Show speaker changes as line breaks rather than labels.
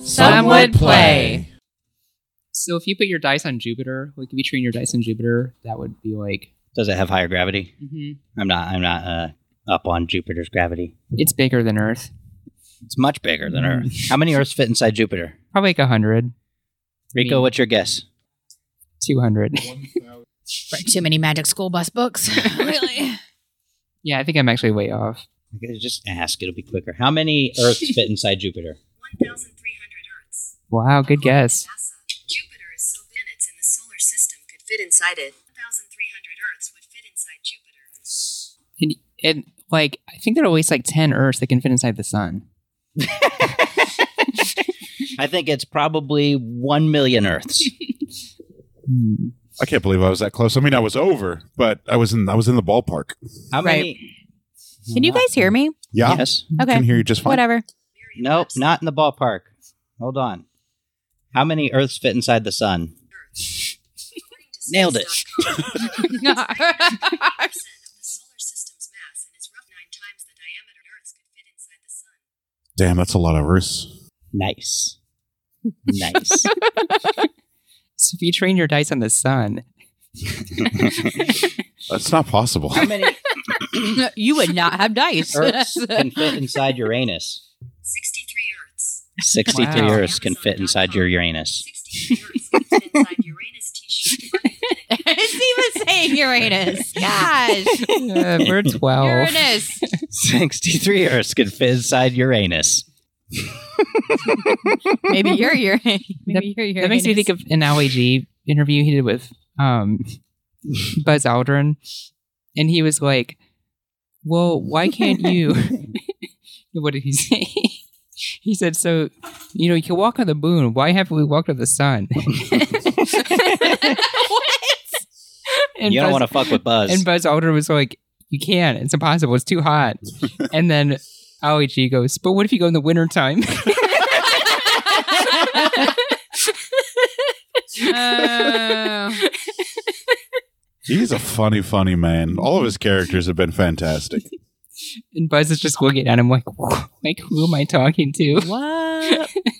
Some would play.
So if you put your dice on Jupiter, like if you train your dice on Jupiter, that would be like
Does it have higher gravity? I'm not. I'm not uh, up on Jupiter's gravity.
it's bigger than Earth,
It's much bigger than Earth. How many Earths fit inside Jupiter?
probably like 100,
Rico, what's your guess?
200.
Read too many Magic School Bus books. really?
yeah, I think I'm actually way off.
Okay, Just ask. It'll be quicker. How many Earths fit inside Jupiter?
1,300 Earths.
Wow, good guess.
NASA. Jupiter is so planets in the solar system could fit inside it. 1,300 Earths would fit inside Jupiter.
And, and like I think there are at least like 10 Earths that can fit inside the sun.
I think it's probably one million Earths.
Hmm.
I can't believe I was that close. I mean, I was over, but I was in I was in the ballpark.
How
Right.
many?
Can you guys hear me?
Yeah,
Yes.
I can
Okay.
hear you just fine.
Whatever.
Miriam
Nope.
Webster
Not in the ballpark. Hold on. How many Earths fit inside the sun?
Earths. According to
Nailed it.
Space.com,
No.
Earth is 90% of the solar system's mass and is roughly nine times the diameter Earths could fit inside the sun.
Damn, that's a lot of Earths.
Nice. Nice.
So if you train your dice on the sun,
That's not possible.
How many
you would not have dice.
Earths can fit inside Uranus?
63 Earths.
63
Wow.
Earths can fit inside your Uranus.
63 Earths could fit inside Uranus T-shirt.
it's even saying Uranus. Gosh.
uh, we're 12.
Uranus.
63 Earths can fit inside Uranus.
Maybe you're Uranus. Maybe you're Uranus.
That makes me think of an LAG interview he did with um, Buzz Aldrin. And he was like, Well, why can't you? what did he say? He said, So, you know, you can walk on the moon. Why haven't we walked on the sun?
what?
And
you don't
Buzz-
want to fuck with Buzz.
And Buzz Aldrin was like, You can't. It's impossible. It's too hot. and then LAG goes, But what if you go in the wintertime?
Oh.
He's a funny, funny man. All of his characters have been fantastic.
and Buzz is just looking at him like, Like, who am I talking to?
What?